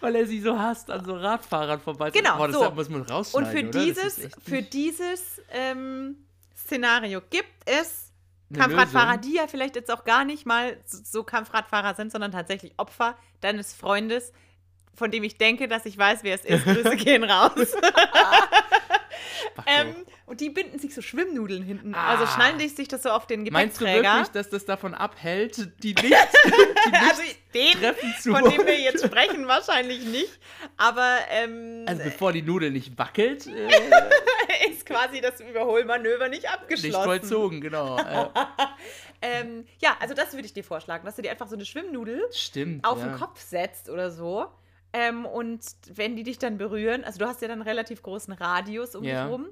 [SPEAKER 1] weil er sie so hasst, an so Radfahrern vorbei.
[SPEAKER 3] Genau,
[SPEAKER 1] Boah, das
[SPEAKER 3] so.
[SPEAKER 1] muss man
[SPEAKER 3] Und
[SPEAKER 1] rausschneiden,
[SPEAKER 3] für
[SPEAKER 1] oder? Das ist
[SPEAKER 3] dieses,
[SPEAKER 1] echt
[SPEAKER 3] für
[SPEAKER 1] nicht
[SPEAKER 3] dieses ähm, Szenario gibt es
[SPEAKER 1] eine
[SPEAKER 3] Kampfradfahrer,
[SPEAKER 1] Lösung.
[SPEAKER 3] die ja vielleicht jetzt auch gar nicht mal so so Kampfradfahrer sind, sondern tatsächlich Opfer deines Freundes, von dem ich denke, dass ich weiß, wer es ist. Grüße gehen raus.
[SPEAKER 1] Spacko.
[SPEAKER 3] Ähm, und die binden sich so Schwimmnudeln hinten.
[SPEAKER 1] Ah.
[SPEAKER 3] Also schnallen dich sich das so auf den
[SPEAKER 1] Meinst du
[SPEAKER 3] Gepäckträger.
[SPEAKER 1] wirklich, dass das davon abhält, die nicht, die nicht
[SPEAKER 3] also den,
[SPEAKER 1] treffen zu
[SPEAKER 3] von dem wir
[SPEAKER 1] wollen?
[SPEAKER 3] jetzt sprechen, wahrscheinlich nicht. Aber ähm,
[SPEAKER 1] Also bevor die Nudel nicht wackelt, äh,
[SPEAKER 3] ist quasi das Überholmanöver nicht abgeschlossen.
[SPEAKER 1] nicht vollzogen, genau. Äh,
[SPEAKER 3] Ähm, ja, also das würde ich dir vorschlagen, dass du dir einfach so eine Schwimmnudel
[SPEAKER 1] stimmt.
[SPEAKER 3] auf
[SPEAKER 1] ja.
[SPEAKER 3] den Kopf setzt oder so. Ähm, und wenn die dich dann berühren, also du hast ja dann einen relativ großen Radius um
[SPEAKER 1] Ja.
[SPEAKER 3] dich rum.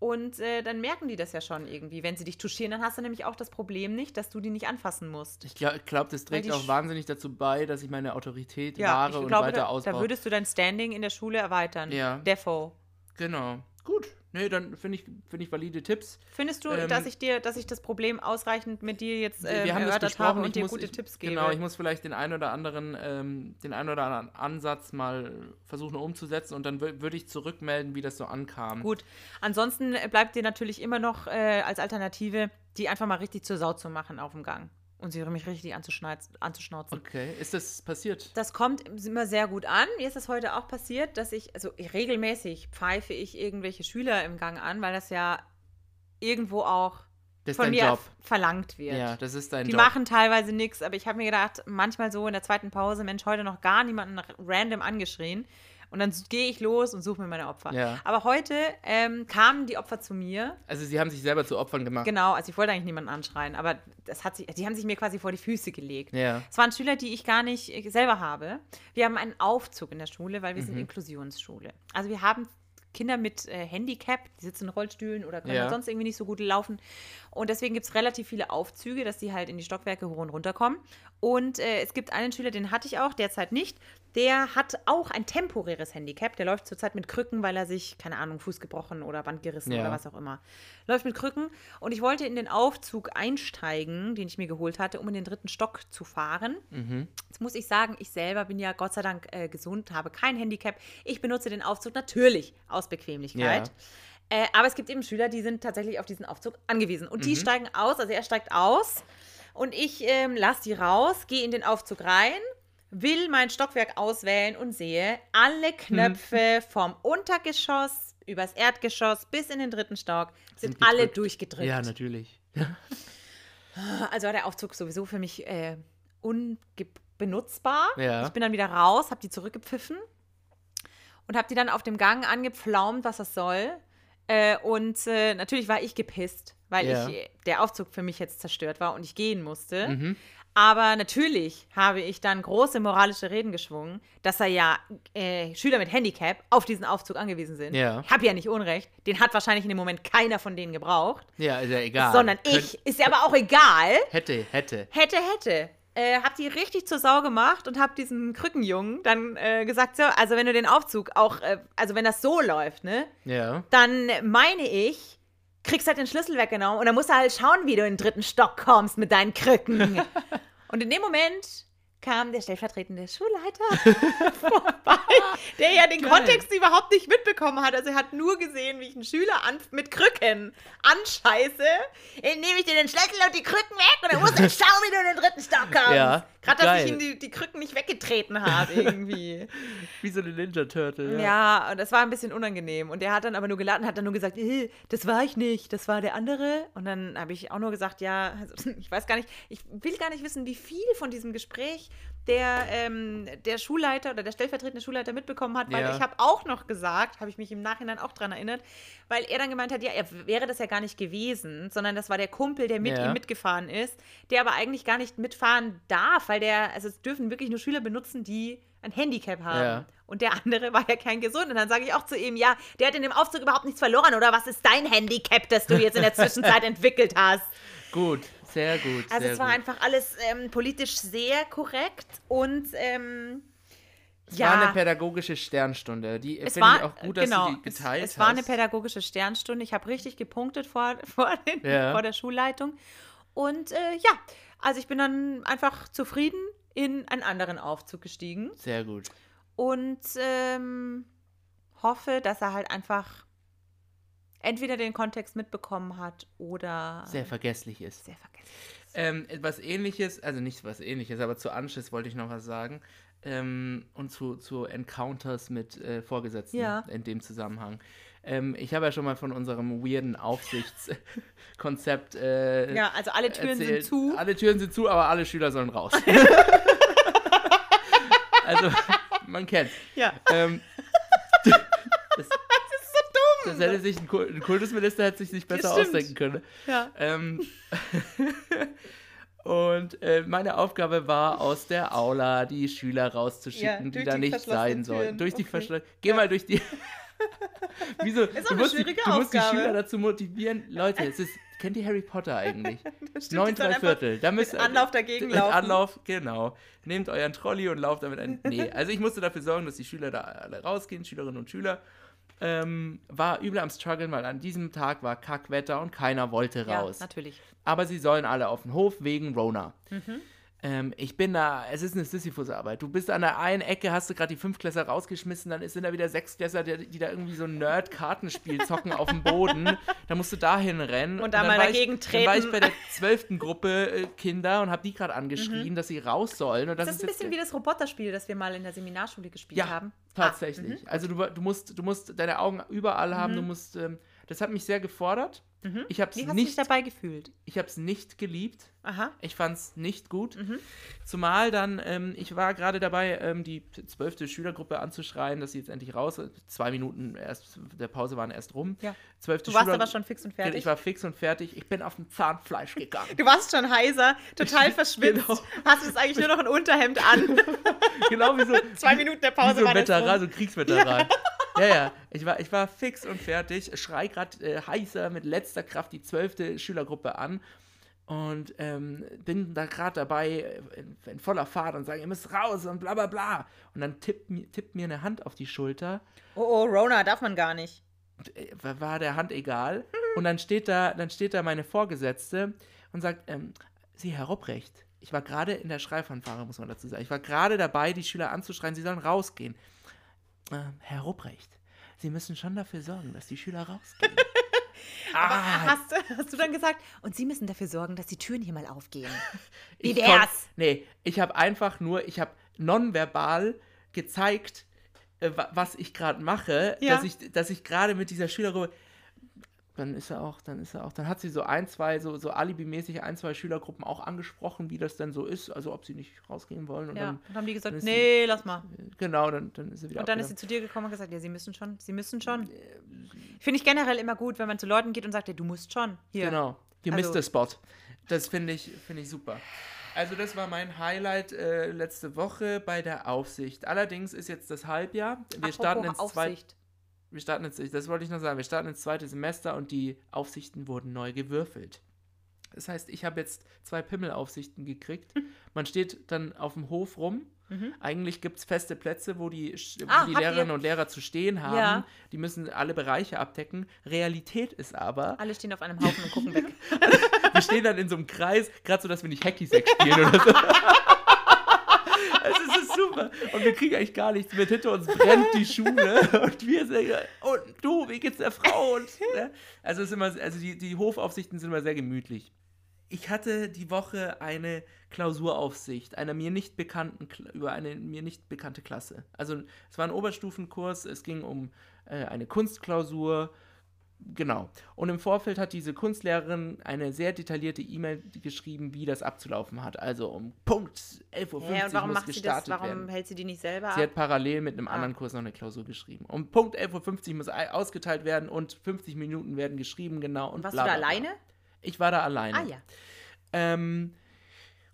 [SPEAKER 3] Und äh, dann merken die das ja schon irgendwie. Wenn sie dich touchieren, dann hast du nämlich auch das Problem nicht, dass du die nicht anfassen musst.
[SPEAKER 1] Ich glaube, glaub, das
[SPEAKER 3] Weil
[SPEAKER 1] trägt
[SPEAKER 3] die
[SPEAKER 1] auch
[SPEAKER 3] Sch-
[SPEAKER 1] wahnsinnig dazu bei, dass ich meine Autorität
[SPEAKER 3] Ja,
[SPEAKER 1] wahre
[SPEAKER 3] ich
[SPEAKER 1] und
[SPEAKER 3] glaube,
[SPEAKER 1] weiter
[SPEAKER 3] da, da
[SPEAKER 1] ausbaue.
[SPEAKER 3] würdest du dein Standing in der Schule erweitern.
[SPEAKER 1] Ja.
[SPEAKER 3] Defo.
[SPEAKER 1] Genau. Gut. Nee, dann finde ich, find ich valide Tipps.
[SPEAKER 3] Findest du,
[SPEAKER 1] Ähm,
[SPEAKER 3] dass ich dir, dass ich das Problem ausreichend mit dir jetzt ähm,
[SPEAKER 1] Wir haben das
[SPEAKER 3] erörtert
[SPEAKER 1] besprochen.
[SPEAKER 3] habe
[SPEAKER 1] ich
[SPEAKER 3] und dir
[SPEAKER 1] muss,
[SPEAKER 3] gute
[SPEAKER 1] ich,
[SPEAKER 3] Tipps gebe?
[SPEAKER 1] Genau, ich muss vielleicht den einen oder anderen, ähm, den einen oder anderen Ansatz mal versuchen umzusetzen und dann würde ich zurückmelden, wie das so ankam.
[SPEAKER 3] Gut. Ansonsten äh, bleibt dir natürlich immer noch äh, als Alternative, die einfach mal richtig zur Sau zu machen auf dem Gang und sie mich richtig anzuschneiz- anzuschnauzen.
[SPEAKER 1] Okay. Ist das passiert?
[SPEAKER 3] Das kommt immer sehr gut an. Mir ist das heute auch passiert, dass ich, also ich regelmäßig pfeife ich irgendwelche Schüler im Gang an, weil das ja irgendwo auch
[SPEAKER 1] Das ist
[SPEAKER 3] von
[SPEAKER 1] dein
[SPEAKER 3] mir
[SPEAKER 1] Job.
[SPEAKER 3] verlangt wird.
[SPEAKER 1] Ja, das ist dein
[SPEAKER 3] Die
[SPEAKER 1] Job.
[SPEAKER 3] machen teilweise nichts, aber ich habe mir gedacht, manchmal so in der zweiten Pause, Mensch, heute noch gar niemanden random angeschrien. Und dann gehe ich los und suche mir meine Opfer.
[SPEAKER 1] Ja.
[SPEAKER 3] Aber heute ähm, kamen die Opfer zu mir.
[SPEAKER 1] Also sie haben sich selber zu Opfern gemacht.
[SPEAKER 3] Genau, also ich wollte eigentlich niemanden anschreien, aber das hat sich, die haben sich mir quasi vor die Füße gelegt.
[SPEAKER 1] Ja.
[SPEAKER 3] Es waren Schüler, die ich gar nicht äh, selber habe. Wir haben einen Aufzug in der Schule, weil wir sind
[SPEAKER 1] Mhm.
[SPEAKER 3] Inklusionsschule. Also wir haben Kinder mit äh, Handicap, die sitzen in Rollstühlen oder können
[SPEAKER 1] Ja.
[SPEAKER 3] halt sonst irgendwie nicht so gut laufen. Und deswegen gibt es relativ viele Aufzüge, dass die halt in die Stockwerke hoch und runter kommen. Und äh, es gibt einen Schüler, den hatte ich auch, derzeit nicht. Der hat auch ein temporäres Handicap. Der läuft zurzeit mit Krücken, weil er sich, keine Ahnung, Fuß gebrochen oder Band gerissen
[SPEAKER 1] Ja.
[SPEAKER 3] oder was auch immer. Läuft mit Krücken. Und ich wollte in den Aufzug einsteigen, den ich mir geholt hatte, um in den dritten Stock zu fahren.
[SPEAKER 1] Mhm.
[SPEAKER 3] Jetzt muss ich sagen, ich selber bin ja Gott sei Dank äh, gesund, habe kein Handicap. Ich benutze den Aufzug natürlich aus Bequemlichkeit. Äh, aber es gibt eben Schüler, die sind tatsächlich auf diesen Aufzug angewiesen. Und die
[SPEAKER 1] Mhm.
[SPEAKER 3] steigen aus, also er steigt aus und ich ähm, lasse die raus, gehe in den Aufzug rein, will mein Stockwerk auswählen und sehe alle Knöpfe
[SPEAKER 1] Mhm.
[SPEAKER 3] vom Untergeschoss übers Erdgeschoss bis in den dritten Stock sind,
[SPEAKER 1] Sind
[SPEAKER 3] alle
[SPEAKER 1] gedrückt.
[SPEAKER 3] durchgedrückt.
[SPEAKER 1] Ja, natürlich.
[SPEAKER 3] Also war der Aufzug sowieso für mich äh, unbenutzbar.
[SPEAKER 1] Ja.
[SPEAKER 3] Ich bin dann wieder raus, habe die zurückgepfiffen und habe die dann auf dem Gang angepflaumt, was das soll. Äh, und äh, natürlich war ich gepisst, weil
[SPEAKER 1] Ja.
[SPEAKER 3] ich, äh, der Aufzug für mich jetzt zerstört war und ich gehen musste.
[SPEAKER 1] Mhm.
[SPEAKER 3] Aber natürlich habe ich dann große moralische Reden geschwungen, dass da ja äh, Schüler mit Handicap auf diesen Aufzug angewiesen sind.
[SPEAKER 1] Ja.
[SPEAKER 3] Ich habe ja nicht Unrecht. Den hat wahrscheinlich in dem Moment keiner von denen gebraucht,
[SPEAKER 1] Ja, ist ja egal.
[SPEAKER 3] sondern
[SPEAKER 1] Könnt-
[SPEAKER 3] ich. Ist ja aber auch egal.
[SPEAKER 1] Hätte, hätte.
[SPEAKER 3] Hätte, hätte. äh, hab die richtig zur Sau gemacht und hab diesem Krückenjungen dann äh, gesagt, so, also wenn du den Aufzug auch, äh, also wenn das so läuft, ne,
[SPEAKER 1] Ja.
[SPEAKER 3] dann meine ich, kriegst halt den Schlüssel weggenommen und dann musst du halt schauen, wie du in den dritten Stock kommst mit deinen Krücken. und in dem Moment kam der stellvertretende Schulleiter vorbei, der ja den Kontext überhaupt nicht mitbekommen hat. Also er hat nur gesehen, wie ich einen Schüler an, mit Krücken anscheiße. Dann nehme ich dir den Schlüssel und die Krücken weg und dann musst du halt schauen, wie du in den dritten Stock kommst.
[SPEAKER 1] Ja,
[SPEAKER 3] Gerade, dass
[SPEAKER 1] geil.
[SPEAKER 3] ich ihm die, die Krücken nicht weggetreten habe irgendwie.
[SPEAKER 1] Wie so eine Ninja Turtle.
[SPEAKER 3] Ja, und das war ein bisschen unangenehm. Und er hat dann aber nur geladen, hat dann nur gesagt, "Äh, das war ich nicht, das war der andere. Und dann habe ich auch nur gesagt, ja, also, ich weiß gar nicht, ich will gar nicht wissen, wie viel von diesem Gespräch der, ähm, der Schulleiter oder der stellvertretende Schulleiter mitbekommen hat, weil
[SPEAKER 1] Ja.
[SPEAKER 3] ich habe auch noch gesagt, habe ich mich im Nachhinein auch dran erinnert, weil er dann gemeint hat, ja, er wäre das ja gar nicht gewesen, sondern das war der Kumpel, der mit
[SPEAKER 1] Ja.
[SPEAKER 3] ihm mitgefahren ist, der aber eigentlich gar nicht mitfahren darf, weil der, also es dürfen wirklich nur Schüler benutzen, die ein Handicap haben.
[SPEAKER 1] Ja.
[SPEAKER 3] Ähm, Und der andere war ja kein Gesund. Und dann sage ich auch zu ihm, ja, der hat in dem Aufzug überhaupt nichts verloren, oder was ist dein Handicap, das du jetzt in der Zwischenzeit entwickelt hast?
[SPEAKER 1] Gut, sehr gut.
[SPEAKER 3] Also
[SPEAKER 1] sehr
[SPEAKER 3] es war
[SPEAKER 1] gut.
[SPEAKER 3] einfach alles ähm, politisch sehr korrekt und ähm,
[SPEAKER 1] Es
[SPEAKER 3] ja.
[SPEAKER 1] war eine pädagogische Sternstunde. Die
[SPEAKER 3] es
[SPEAKER 1] finde ich
[SPEAKER 3] war
[SPEAKER 1] auch gut, dass
[SPEAKER 3] genau,
[SPEAKER 1] du die geteilt
[SPEAKER 3] es, es war eine
[SPEAKER 1] hast.
[SPEAKER 3] pädagogische Sternstunde. Ich habe richtig gepunktet vor, vor, den,
[SPEAKER 1] Ja.
[SPEAKER 3] vor der Schulleitung. Und äh, ja, also ich bin dann einfach zufrieden in einen anderen Aufzug gestiegen
[SPEAKER 1] sehr gut.
[SPEAKER 3] und ähm, hoffe, dass er halt einfach entweder den Kontext mitbekommen hat oder
[SPEAKER 1] Sehr vergesslich ist.
[SPEAKER 3] sehr vergessen.
[SPEAKER 1] Ähm, was ähnliches, also nicht was ähnliches, aber zu Anschiss wollte ich noch was sagen. Ähm, und zu, zu Encounters mit äh, Vorgesetzten
[SPEAKER 3] Ja.
[SPEAKER 1] in dem Zusammenhang. Ähm, ich habe ja schon mal von unserem weirden Aufsichtskonzept äh,
[SPEAKER 3] Ja, also alle Türen
[SPEAKER 1] erzählt.
[SPEAKER 3] sind zu.
[SPEAKER 1] Alle Türen sind zu, aber alle Schüler sollen raus. also, man kennt.
[SPEAKER 3] Ja.
[SPEAKER 1] Ähm, das, ist so dumm. Das hätte sich ein, Kul- ein Kultusminister hätte sich nicht besser
[SPEAKER 3] stimmt.
[SPEAKER 1] ausdenken können.
[SPEAKER 3] Ja.
[SPEAKER 1] Ähm, und äh, meine Aufgabe war, aus der Aula die Schüler rauszuschicken,
[SPEAKER 3] Ja,
[SPEAKER 1] die
[SPEAKER 3] durch
[SPEAKER 1] da
[SPEAKER 3] die
[SPEAKER 1] nicht sein
[SPEAKER 3] verschlossenen
[SPEAKER 1] sollen.
[SPEAKER 3] Türen,
[SPEAKER 1] durch die
[SPEAKER 3] okay.
[SPEAKER 1] verschlossenen. Geh mal durch die. Wieso?
[SPEAKER 3] auch
[SPEAKER 1] du
[SPEAKER 3] eine
[SPEAKER 1] musst, die,
[SPEAKER 3] schwierige
[SPEAKER 1] du musst die
[SPEAKER 3] Aufgabe.
[SPEAKER 1] Schüler dazu motivieren. Leute, es ist. Kennt ihr Harry Potter eigentlich? Neun,
[SPEAKER 3] die sollen
[SPEAKER 1] drei Viertel. Da müsst,
[SPEAKER 3] mit Anlauf dagegen
[SPEAKER 1] mit
[SPEAKER 3] laufen.
[SPEAKER 1] Anlauf, genau. Nehmt euren Trolley und lauft damit ein. Nee, also ich musste dafür sorgen, dass die Schüler da alle rausgehen, Schülerinnen und Schüler. Ähm, war übel am Struggeln, weil an diesem Tag war Kackwetter und keiner wollte
[SPEAKER 3] Ja,
[SPEAKER 1] raus.
[SPEAKER 3] natürlich.
[SPEAKER 1] Aber sie sollen alle auf den Hof wegen Rona.
[SPEAKER 3] Mhm.
[SPEAKER 1] Ähm, ich bin da, es ist eine Sisyphusarbeit. Du bist an der einen Ecke, hast du gerade die Fünftklässler rausgeschmissen, dann sind da wieder Sechstklässler, die, die da irgendwie so ein Nerd-Kartenspiel zocken auf dem Boden. Da musst du dahin rennen.
[SPEAKER 3] Und da
[SPEAKER 1] dann
[SPEAKER 3] mal
[SPEAKER 1] war
[SPEAKER 3] dagegen
[SPEAKER 1] ich, Dann war ich
[SPEAKER 3] treten.
[SPEAKER 1] bei der zwölften Gruppe äh, Kinder und habe die gerade angeschrien, dass sie raus sollen. Und das,
[SPEAKER 3] Das Mhm. ist ein
[SPEAKER 1] jetzt
[SPEAKER 3] bisschen Ah, wie das Roboterspiel, das wir mal in der Seminarschule gespielt
[SPEAKER 1] ja,
[SPEAKER 3] haben.
[SPEAKER 1] Tatsächlich.
[SPEAKER 3] mhm.
[SPEAKER 1] Also du, du musst, du musst deine Augen überall haben, du musst. Ähm, das hat mich sehr gefordert. Ich habe
[SPEAKER 3] Ah, Mhm. wie
[SPEAKER 1] es
[SPEAKER 3] hast du dich
[SPEAKER 1] nicht,
[SPEAKER 3] dabei gefühlt?
[SPEAKER 1] ich hab's nicht geliebt.
[SPEAKER 3] Aha.
[SPEAKER 1] Ich fand's nicht gut.
[SPEAKER 3] Mhm.
[SPEAKER 1] Zumal dann, ähm, ich war gerade dabei, ähm, die zwölfte Schülergruppe anzuschreien, dass sie jetzt endlich raus. Zwei Minuten erst der Pause waren erst rum.
[SPEAKER 3] Ja.
[SPEAKER 1] Zwölfte
[SPEAKER 3] Du warst
[SPEAKER 1] Schüler- Genau,
[SPEAKER 3] aber schon fix und fertig.
[SPEAKER 1] Ich war fix und fertig. Ich bin auf dem Zahnfleisch gegangen.
[SPEAKER 3] Du warst schon heiser, total verschwitzt.
[SPEAKER 1] Genau.
[SPEAKER 3] Hast jetzt eigentlich nur noch ein Unterhemd an.
[SPEAKER 1] genau wie so
[SPEAKER 3] Zwei Minuten der
[SPEAKER 1] wie
[SPEAKER 3] Pause ne?
[SPEAKER 1] so
[SPEAKER 3] waren jetzt
[SPEAKER 1] Veteran,
[SPEAKER 3] rum.
[SPEAKER 1] so Kriegsveteran. Ja, ja, ich war, ich war fix und fertig, schrei gerade äh, heißer mit letzter Kraft die zwölfte Schülergruppe an und ähm, bin da gerade dabei äh, in, in voller Fahrt und sage, ihr müsst raus und bla bla bla. Und dann tippt, mir- tippt mir eine Hand auf die Schulter,
[SPEAKER 3] Oh, oh, Rona, darf man gar nicht.
[SPEAKER 1] äh, war war der Hand egal. Und dann steht da, dann steht da meine Vorgesetzte und sagt, ähm, Sie, Herr Rupprecht, ich war gerade in der Schreifanfahre, muss man dazu sagen. Ich war gerade dabei, die Schüler anzuschreien, sie sollen rausgehen. Ähm, Herr Rupprecht, Sie müssen schon dafür sorgen, dass die Schüler rausgehen. ah,
[SPEAKER 3] Hast, hast du dann gesagt, und sie müssen dafür sorgen, dass die Türen hier mal aufgehen. Wie
[SPEAKER 1] ich
[SPEAKER 3] wär's?
[SPEAKER 1] konnt- Nee, ich habe einfach nur, ich habe nonverbal gezeigt, äh, wa- was ich gerade mache,
[SPEAKER 3] Ja.
[SPEAKER 1] dass ich, dass ich gerade mit dieser Schülergruppe. Dann ist er auch, dann ist er auch. Dann hat sie so ein, zwei, so, so alibimäßig ein, zwei Schülergruppen auch angesprochen, wie das denn so ist, also ob sie nicht rausgehen wollen. Und
[SPEAKER 3] Ja,
[SPEAKER 1] dann
[SPEAKER 3] und haben die gesagt,
[SPEAKER 1] dann ist
[SPEAKER 3] nee, lass mal.
[SPEAKER 1] Genau, dann, dann ist sie wieder
[SPEAKER 3] Und dann ist sie
[SPEAKER 1] abgenommen.
[SPEAKER 3] zu dir gekommen und gesagt, ja, sie müssen schon, sie müssen schon. Finde ich generell immer gut, wenn man zu Leuten geht und sagt, ja, du musst schon. Hier.
[SPEAKER 1] Genau,
[SPEAKER 3] Also-
[SPEAKER 1] gemisster Spot. Das finde ich, finde ich super. Also das war mein Highlight äh, letzte Woche bei der Aufsicht. Allerdings ist jetzt das Halbjahr. Wir
[SPEAKER 3] Apropos
[SPEAKER 1] starten ins zweite.
[SPEAKER 3] Aufsicht.
[SPEAKER 1] Wir starten ins, das wollte ich noch sagen. Wir starten ins zweite Semester und die Aufsichten wurden neu gewürfelt. Das heißt, ich habe jetzt zwei Pimmelaufsichten gekriegt. Man steht dann auf dem Hof rum.
[SPEAKER 3] Mhm.
[SPEAKER 1] Eigentlich gibt es feste Plätze, wo die, Sch- wo
[SPEAKER 3] Ah,
[SPEAKER 1] die
[SPEAKER 3] habt ihr-
[SPEAKER 1] Lehrerinnen und Lehrer zu stehen haben.
[SPEAKER 3] Ja.
[SPEAKER 1] Die müssen alle Bereiche abdecken. Realität ist aber,
[SPEAKER 3] Alle stehen auf einem Haufen und gucken weg.
[SPEAKER 1] wir stehen dann in so einem Kreis, gerade so, dass wir nicht Hacky-Sack spielen oder so. Es ist, es ist super. Und wir kriegen eigentlich gar nichts mit. Hinter uns brennt die Schule. Und wir sagen, und du, wie geht's der Frau? Und, ne? Also, es ist immer, also die, die Hofaufsichten sind immer sehr gemütlich. Ich hatte die Woche eine Klausuraufsicht einer mir nicht bekannten Kla- über eine mir nicht bekannte Klasse. Also es war ein Oberstufenkurs, es ging um äh, eine Kunstklausur, genau. Und im Vorfeld hat diese Kunstlehrerin eine sehr detaillierte E-Mail geschrieben, wie das abzulaufen hat. Also um Punkt 11.50 Uhr
[SPEAKER 3] Hä, und warum
[SPEAKER 1] muss
[SPEAKER 3] macht sie das?
[SPEAKER 1] gestartet
[SPEAKER 3] Warum
[SPEAKER 1] werden.
[SPEAKER 3] hält sie die nicht selber
[SPEAKER 1] Sie
[SPEAKER 3] ab?
[SPEAKER 1] hat parallel mit einem
[SPEAKER 3] Ah.
[SPEAKER 1] anderen Kurs noch eine Klausur geschrieben. Um Punkt 11.50 Uhr muss ei- ausgeteilt werden und 50 Minuten werden geschrieben, genau. Und
[SPEAKER 3] Und warst
[SPEAKER 1] bla,
[SPEAKER 3] du da
[SPEAKER 1] bla, bla.
[SPEAKER 3] alleine?
[SPEAKER 1] Ich war da alleine.
[SPEAKER 3] Ah ja.
[SPEAKER 1] Ähm,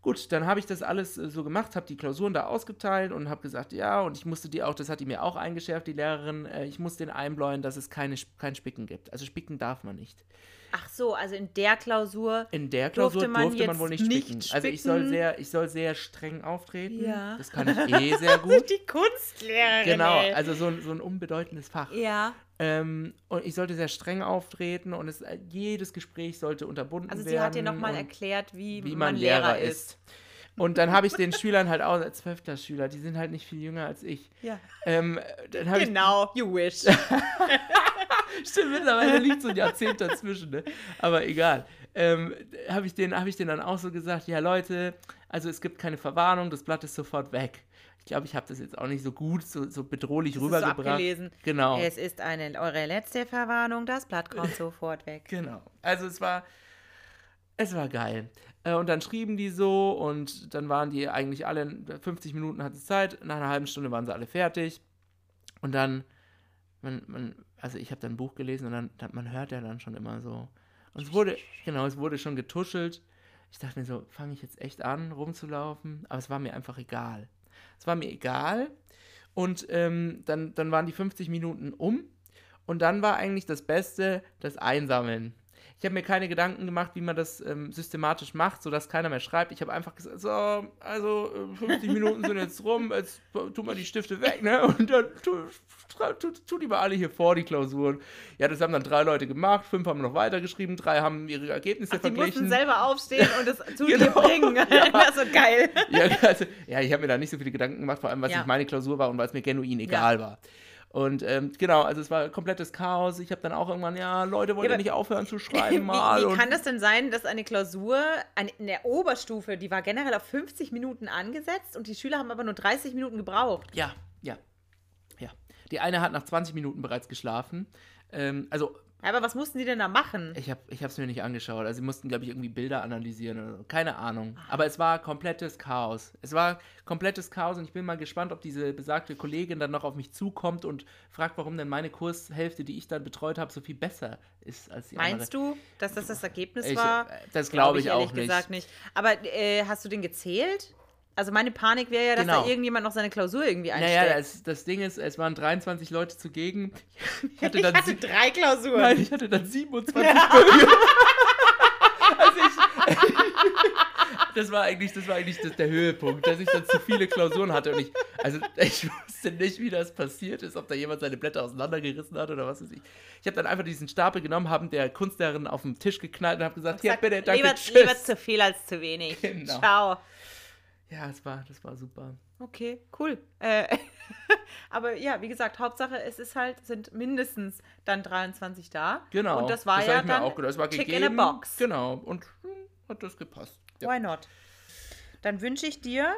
[SPEAKER 1] gut, dann habe ich das alles äh, so gemacht, habe die Klausuren da ausgeteilt und habe gesagt, ja, und ich musste die auch, das hat die mir auch eingeschärft, die Lehrerin, äh, ich muss den einbläuen, dass es keine, Sp- kein Spicken gibt. Also Spicken darf man nicht.
[SPEAKER 3] Ach so, also in der Klausur.
[SPEAKER 1] In der Klausur
[SPEAKER 3] Durfte
[SPEAKER 1] durfte
[SPEAKER 3] man
[SPEAKER 1] man,
[SPEAKER 3] jetzt
[SPEAKER 1] wohl nicht
[SPEAKER 3] nicht
[SPEAKER 1] spicken. Also ich soll,
[SPEAKER 3] spicken?
[SPEAKER 1] sehr, ich soll sehr streng auftreten.
[SPEAKER 3] Ja.
[SPEAKER 1] Das kann ich eh sehr gut.
[SPEAKER 3] Die Kunstlehrerin.
[SPEAKER 1] genau,
[SPEAKER 3] ey.
[SPEAKER 1] also so ein, so ein unbedeutendes Fach.
[SPEAKER 3] ja.
[SPEAKER 1] Ähm, und ich sollte sehr streng auftreten und es, äh, jedes Gespräch sollte unterbunden
[SPEAKER 3] Also
[SPEAKER 1] werden.
[SPEAKER 3] sie hat dir nochmal
[SPEAKER 1] und-
[SPEAKER 3] erklärt, wie,
[SPEAKER 1] wie man Lehrer ist. Und dann habe ich den Schülern halt auch, als zwölfter Schüler, die sind halt nicht viel jünger als ich.
[SPEAKER 3] Ja.
[SPEAKER 1] Ähm, dann habe
[SPEAKER 3] Genau, you wish.
[SPEAKER 1] ich, stimmt, mittlerweile liegt so ein Jahrzehnt dazwischen, ne? aber egal. Ähm, habe ich, denen- habe ich denen dann auch so gesagt, ja Leute, also es gibt keine Verwarnung, das Blatt ist sofort weg. Ich glaube, ich habe das jetzt auch nicht so gut, so, so bedrohlich
[SPEAKER 3] Das ist so
[SPEAKER 1] rübergebracht.
[SPEAKER 3] abgelesen.
[SPEAKER 1] Genau.
[SPEAKER 3] Es ist eine, eure letzte Verwarnung, das Blatt kommt sofort weg.
[SPEAKER 1] Genau. Also es war, es war geil. Äh, Und dann schrieben die so und dann waren die eigentlich alle, 50 Minuten hatten sie Zeit, nach einer halben Stunde waren sie alle fertig. Und dann, man, man, also ich habe dann ein Buch gelesen und dann, dann, man hört ja dann schon immer so. Und es wurde, genau, es wurde schon getuschelt. Ich dachte mir so, fange ich jetzt echt an, rumzulaufen? Aber es war mir einfach egal. Es war mir egal. Und ähm, dann, dann waren die 50 Minuten um. Und dann war eigentlich das Beste das Einsammeln. Ich habe mir keine Gedanken gemacht, wie man das ähm, systematisch macht, sodass keiner mehr schreibt. Ich habe einfach gesagt, so, also äh, 50 Minuten sind jetzt rum, jetzt äh, tu mal die Stifte weg, ne? Und dann tu, schrei- tu, tu die mal alle hier vor, die Klausuren. Ja, das haben dann drei Leute gemacht, fünf haben noch weitergeschrieben, drei haben ihre Ergebnisse
[SPEAKER 3] Ach, die mussten
[SPEAKER 1] verglichen.
[SPEAKER 3] selber aufstehen und es zu dir
[SPEAKER 1] Genau.
[SPEAKER 3] bringen. Das ist so geil.
[SPEAKER 1] ja, also, ja, ich habe mir da nicht so viele Gedanken gemacht, vor allem, weil es
[SPEAKER 3] Ja.
[SPEAKER 1] nicht meine Klausur war und weil es mir genuin egal war. Und ähm, genau, also es war komplettes Chaos. Ich habe dann auch irgendwann, ja, Leute, wollt
[SPEAKER 3] Ja,
[SPEAKER 1] ihr
[SPEAKER 3] aber-
[SPEAKER 1] nicht aufhören zu schreiben mal?
[SPEAKER 3] Wie, wie
[SPEAKER 1] und
[SPEAKER 3] kann das denn sein, dass eine Klausur eine, in der Oberstufe, die war generell auf 50 Minuten angesetzt und die Schüler haben aber nur 30 Minuten gebraucht?
[SPEAKER 1] Ja, ja, ja. Die eine hat nach 20 Minuten bereits geschlafen. Ähm, also
[SPEAKER 3] Aber was mussten die denn da machen?
[SPEAKER 1] ich habe es mir nicht angeschaut. Also sie mussten, glaube ich, irgendwie Bilder analysieren oder so. Keine Ahnung. Aber es war komplettes Chaos. Es war komplettes Chaos und ich bin mal gespannt, ob diese besagte Kollegin dann noch auf mich zukommt und fragt, warum denn meine Kurshälfte, die ich dann betreut habe, so viel besser ist als die
[SPEAKER 3] Meinst
[SPEAKER 1] andere.
[SPEAKER 3] du, dass das das Ergebnis
[SPEAKER 1] Ich,
[SPEAKER 3] war?
[SPEAKER 1] äh, das glaube ich,
[SPEAKER 3] ehrlich
[SPEAKER 1] auch nicht.
[SPEAKER 3] gesagt nicht. Aber äh, hast du den gezählt? Also meine Panik wäre ja, dass
[SPEAKER 1] Genau.
[SPEAKER 3] da irgendjemand noch seine Klausur irgendwie einstellt.
[SPEAKER 1] Naja, also das, das Ding ist, es waren 23 Leute zugegen. Ich hatte dann, sie-
[SPEAKER 3] drei Klausuren.
[SPEAKER 1] Nein, ich hatte dann 27 Bögen. also ich, das war eigentlich, das war eigentlich das, der Höhepunkt, dass ich dann zu viele Klausuren hatte. Und ich, also ich wusste nicht, wie das passiert ist, ob da jemand seine Blätter auseinandergerissen hat oder was weiß ich. Ich habe dann einfach diesen Stapel genommen, habe der Kunstlehrerin auf den Tisch geknallt und habe gesagt, ja
[SPEAKER 3] Sag,
[SPEAKER 1] bitte, danke,
[SPEAKER 3] lieber,
[SPEAKER 1] tschüss.
[SPEAKER 3] lieber zu viel als zu wenig.
[SPEAKER 1] Genau.
[SPEAKER 3] Ciao.
[SPEAKER 1] Ja, das war, das war super.
[SPEAKER 3] Okay, cool. Äh, aber ja, wie gesagt, Hauptsache, es ist halt, sind mindestens dann 23 da.
[SPEAKER 1] Genau.
[SPEAKER 3] Und das war
[SPEAKER 1] hab
[SPEAKER 3] ja
[SPEAKER 1] ich mir
[SPEAKER 3] dann
[SPEAKER 1] auch gedacht. Das war
[SPEAKER 3] Tick
[SPEAKER 1] gegeben.
[SPEAKER 3] in a Box.
[SPEAKER 1] Genau. Und hm, hat das gepasst. Ja.
[SPEAKER 3] Why not? Dann wünsche ich dir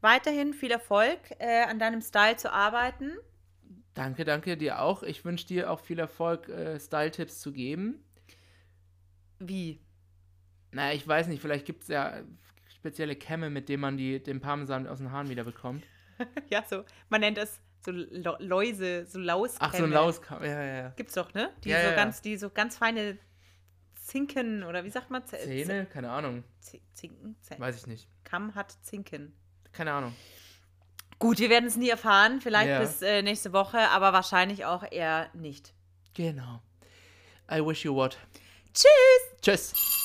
[SPEAKER 3] weiterhin viel Erfolg, äh, an deinem Style zu arbeiten.
[SPEAKER 1] Danke, danke dir auch. Ich wünsche dir auch viel Erfolg, äh, Style-Tipps zu geben.
[SPEAKER 3] Wie?
[SPEAKER 1] Naja, ich weiß nicht, vielleicht gibt es ja spezielle Kämme, mit denen man die, den Parmesan aus den Haaren wieder bekommt.
[SPEAKER 3] Ja, so, man nennt es so Lo- Läuse, so Lauskämme.
[SPEAKER 1] Ach, so ein Lauskamm. Ja, ja, ja.
[SPEAKER 3] Gibt's doch, ne? Die,
[SPEAKER 1] Ja,
[SPEAKER 3] so
[SPEAKER 1] ja, ja.
[SPEAKER 3] Ganz, die so ganz feine Zinken oder wie sagt man? Z-
[SPEAKER 1] Zähne? Keine Ahnung.
[SPEAKER 3] Z- Zinken? Z-
[SPEAKER 1] Weiß ich nicht.
[SPEAKER 3] Kamm hat Zinken.
[SPEAKER 1] Keine Ahnung.
[SPEAKER 3] Gut, wir werden es nie erfahren, vielleicht
[SPEAKER 1] Ja.
[SPEAKER 3] bis äh, nächste Woche, aber wahrscheinlich auch eher nicht.
[SPEAKER 1] Genau. I wish you what.
[SPEAKER 3] Tschüss!
[SPEAKER 1] Tschüss.